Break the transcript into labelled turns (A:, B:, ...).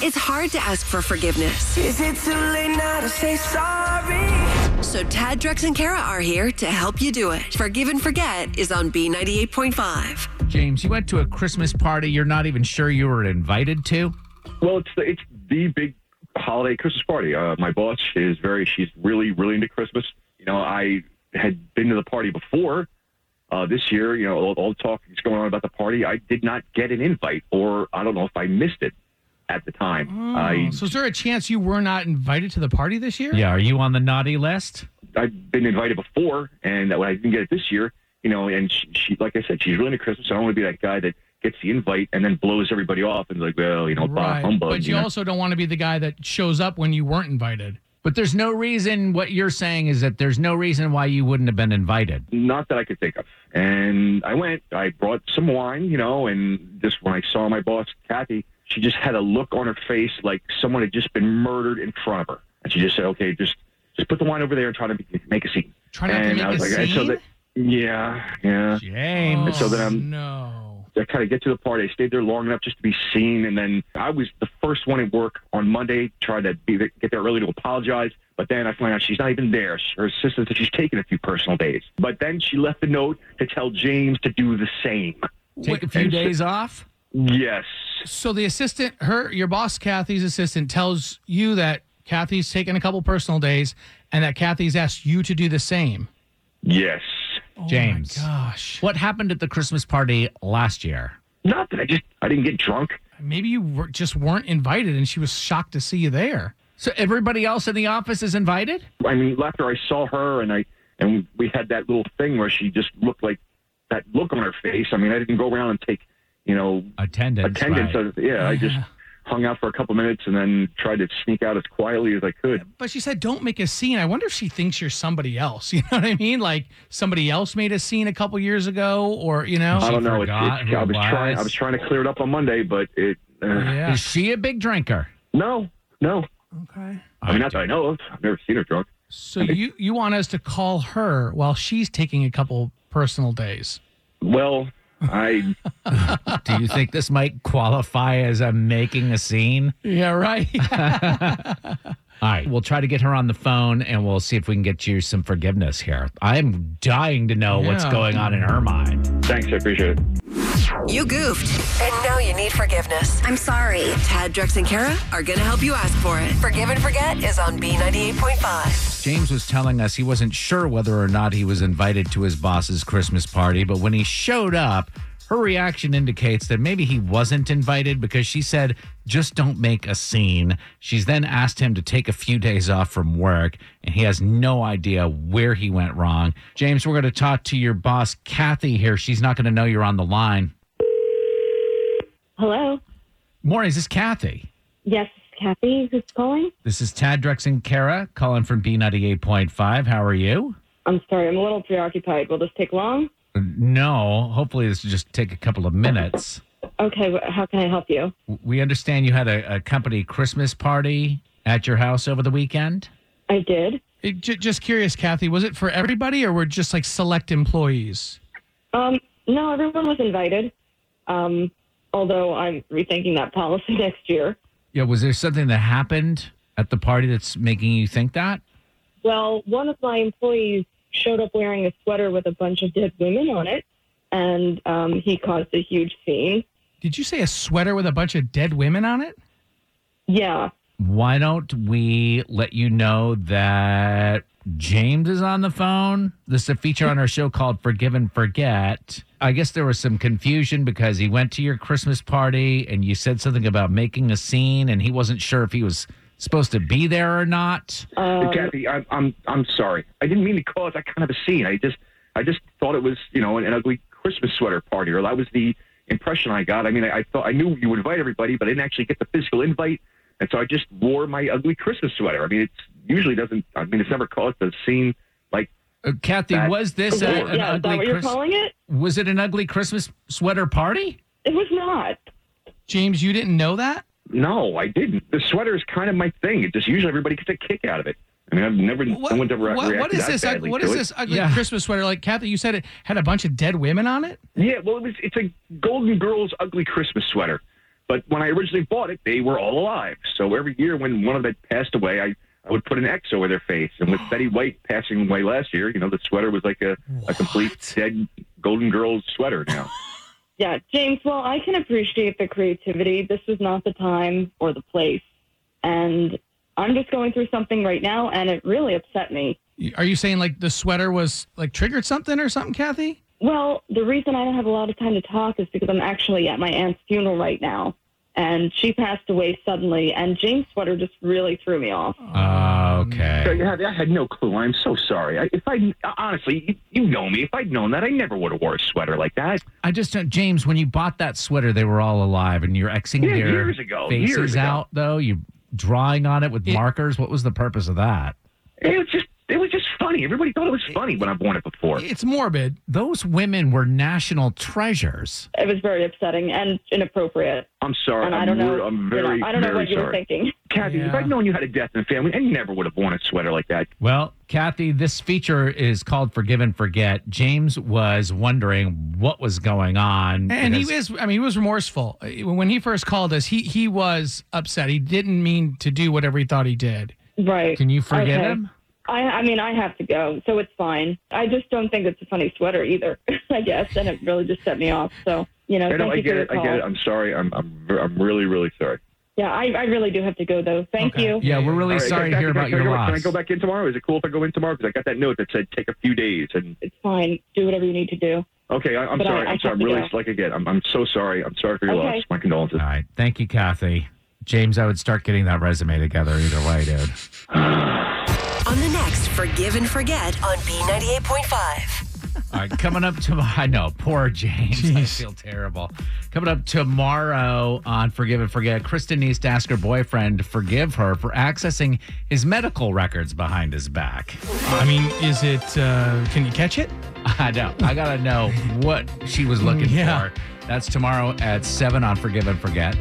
A: It's hard to ask for forgiveness.
B: Is it too late now to say sorry?
A: So Tad, Drex, and Kara are here to help you do it. Forgive and Forget is on B98.5.
C: James, you went to a Christmas party you're not even sure you were invited to.
D: Well, it's the, it's the big holiday Christmas party. Uh, my boss is very she's really really into Christmas. You know, I had been to the party before. Uh, this year, you know, all, all the talk that's going on about the party, I did not get an invite, or I don't know if I missed it at the time. I
E: Oh, So is there a chance you were not invited to the party this year?
C: Yeah, are you on the naughty list?
D: I've been invited before, and when I didn't get it this year, you know, and she, she like I said, she's really into Christmas. I don't want to be that guy that gets the invite and then blows everybody off and is like, well, you know, bah,
E: Right.
D: humbug.
E: but
D: you
E: you
D: know?
E: also don't want to be the guy that shows up when you weren't invited.
C: But there's no reason what you're saying is that there's no reason why you wouldn't have been invited.
D: not that I could think of. And I went, I brought some wine, you know, and just when I saw my boss, Kathy, she just had a look on her face like someone had just been murdered in front of her. And she just said, okay, just just put the wine over there and try to be- make a scene.
E: Try not to
D: and
E: make
D: I was
E: a
D: like, and so
E: scene?
D: that, yeah, yeah.
E: uh,
C: James.
D: so then I'm-
E: no.
D: I kind of get to the party. I stayed there long enough just to be seen. And then I was the first one at work on Monday, tried to be, get there early to apologize. But then I find out she's not even there. Her assistant said she's taken a few personal days. But then she left a note to tell James to do the same.
C: Take a few
D: and-
C: days off.
D: Yes.
E: So the assistant, her, your boss, Kathy's assistant, tells you that Kathy's taken a couple personal days, and that Kathy's asked you to do the same.
D: Yes.
C: James.
E: Oh my gosh.
C: What happened at the Christmas party last year?
D: Not that I just, I didn't get drunk.
E: Maybe you were, just weren't invited, and she was shocked to see you there.
C: So everybody else in the office is invited?
D: I mean, after I saw her and I, and we had that little thing where she just looked like that look on her face. I mean, I didn't go around and take, you know,
C: Attendance.
D: attendance.
C: right.
D: I- yeah, I just hung out for a couple minutes and then tried to sneak out as quietly as I could.
E: But she said, "Don't make a scene." I wonder if she thinks you're somebody else. You know what I mean? Like somebody else made a scene a couple years ago, or you know,
D: I don't know. It's,
C: Oh, forgot
D: it's,
C: who
D: I was
C: it was.
D: trying. I was trying to clear it up on Monday, but it. Uh,
E: yeah.
C: Is she a big drinker?
D: No, no.
E: Okay.
D: I mean, not that I know of. I've never seen her drunk.
E: So you you want us to call her while she's taking a couple personal days?
D: Well, I.
C: Do you think this might qualify as a making a scene?
E: Yeah, right.
C: All right, we'll try to get her on the phone and we'll see if we can get you some forgiveness here. I'm dying to know what's
E: Yeah.
C: going on in her mind.
D: thanks. I appreciate it.
A: You goofed, and now you need forgiveness.
F: I'm sorry.
A: Tad, Drex, and Kara are going to help you ask for it. Forgive and Forget is on B98.5.
C: James was telling us he wasn't sure whether or not he was invited to his boss's Christmas party, but when he showed up, her reaction indicates that maybe he wasn't invited because she said, just don't make a scene. She's then asked him to take a few days off from work, and he has no idea where he went wrong. James, we're going to talk to your boss, Kathy, here. She's not going to know you're on the line.
G: Hello.
C: Morning, is this Kathy?
G: Yes, Kathy who's calling.
C: This is Tad Drex and Kara calling from B98.5. How are you?
G: I'm sorry, I'm a little preoccupied. Will this take long?
C: No, hopefully this will just take a couple of minutes.
G: Okay, wh- how can I help you?
C: We understand you had a, a company Christmas party at your house over the weekend.
G: I did.
E: It- ju- just curious, Kathy, was it for everybody or were just like select employees?
G: Um, no, everyone was invited. Um, although I'm rethinking that policy next year.
C: Yeah, was there something that happened at the party that's making you think that?
G: Well, one of my employees showed up wearing a sweater with a bunch of dead women on it, and um, he caused a huge scene.
E: Did you say a sweater with a bunch of dead women on it?
G: Yeah.
C: Why don't we let you know that James is on the phone? This is a feature on our show called Forgive and Forget. I guess there was some confusion because he went to your Christmas party and you said something about making a scene and he wasn't sure if he was supposed to be there or not.
G: Um,
D: Kathy, I'm, I'm. I'm sorry. I didn't mean to cause that kind of a scene. I just. I just thought it was, you know, an, an ugly Christmas sweater party, or that was the, impression I got. I mean, I, I thought I knew you would invite everybody, but I didn't actually get the physical invite, and so I just wore my ugly Christmas sweater. I mean, it's usually doesn't. I mean, it's never caused a scene like
C: Uh, Kathy,
D: That-
C: was this a, an
G: yeah, is that
C: ugly
G: what you're
C: Chris-
G: calling it?
C: was it an ugly Christmas sweater party?
G: It was not.
E: James, you didn't know that?
D: No, I didn't. The sweater is kind of my thing. It just usually everybody gets a kick out of it. I mean, I've never,
E: What,
D: no one's ever
E: what-
D: reacted
E: what is
D: that
E: this?
D: badly
E: ug- What
D: to
E: is
D: it.
E: this ugly
C: Yeah.
E: Christmas sweater? Like Kathy, you said it had a bunch of dead women on it.
D: Yeah, well, it was. It's a Golden Girls ugly Christmas sweater. But when I originally bought it, they were all alive. So every year when one of them passed away, I, I would put an X over their face. And with Betty White passing away last year, you know, the sweater was like a, a complete dead Golden Girls sweater now.
G: Yeah, James, well, I can appreciate the creativity. This is not the time or the place. And I'm just going through something right now, and it really upset me.
E: Are you saying like the sweater was like triggered something or something, Kathy?
G: Well, the reason I don't have a lot of time to talk is because I'm actually at my aunt's funeral right now. And she passed away suddenly, and James' sweater just really threw me off.
D: Um, So,
C: okay.
D: yeah, I had no clue. I'm so sorry. I, if I honestly, you you know me. If I'd known that, I never would have wore a sweater like that.
C: I just don't, James, when you bought that sweater, they were all alive, and you're Xing
D: Yeah,
C: their
D: years ago,
C: faces
D: years ago.
C: out though. You're drawing on it with
E: It-
C: markers. What was the purpose of that?
D: It was just, it was just funny. Everybody thought it was funny when I've worn it before.
E: It's morbid.
C: Those women were national treasures.
G: It was very upsetting and inappropriate.
D: I'm sorry.
G: And
D: I'm
G: I don't know.
D: re- I'm
G: you
D: very,
G: know, I don't know
D: very
G: what you were
D: sorry.
G: thinking.
D: Kathy, if
E: Yeah.
D: I'd known you had a death in the family, I never would have worn a sweater like that.
C: Well, Kathy, this feature is called Forgive and Forget. James was wondering what was going on.
E: And he
C: because-
E: is. I mean, he was remorseful Uh, when he first called us. He he was upset. He didn't mean to do whatever he thought he did.
G: Right.
C: Can you forgive
G: Okay.
C: him?
G: I, I mean, I have to go, so it's fine. I just don't think it's a funny sweater either, I guess, and it really just set me off. So, you know,
D: I know,
G: thank
D: I
G: you
D: get
G: for
D: it.
G: your
D: I get it.
G: call.
D: I'm sorry. I'm, I'm, ver- I'm really, really sorry.
G: yeah, I, I really do have to go, though. Thank
E: Okay.
G: you.
C: Yeah, we're really
D: All right,
C: sorry
D: Kathy,
C: to hear
D: can I-
C: about
D: can I
C: your
D: go-
C: loss.
D: Can I go back in tomorrow? Is it cool if I go in tomorrow? Because I got that note that said take a few days. And
G: It's fine. Do whatever you need to do.
D: okay, I, I'm
G: But I-
D: sorry.
G: I
D: I, am sorry.
G: have
D: I'm
G: to
D: really
G: go.
D: like again. I'm, I'm so sorry. I'm sorry for your
G: Okay.
D: loss. My condolences.
C: All right. Thank you, Kathy. James, I would start getting that resume together either way, dude.
A: On the next Forgive and Forget on B98.5.
C: All right, coming up tomorrow. I know, poor James. I feel terrible. Coming up tomorrow on Forgive and Forget, Kristen needs to ask her boyfriend to forgive her for accessing his medical records behind his back.
E: I mean, is it? Uh, can you catch it?
C: I know. I gotta know what she was looking
E: Yeah.
C: for. That's tomorrow at seven on Forgive and Forget.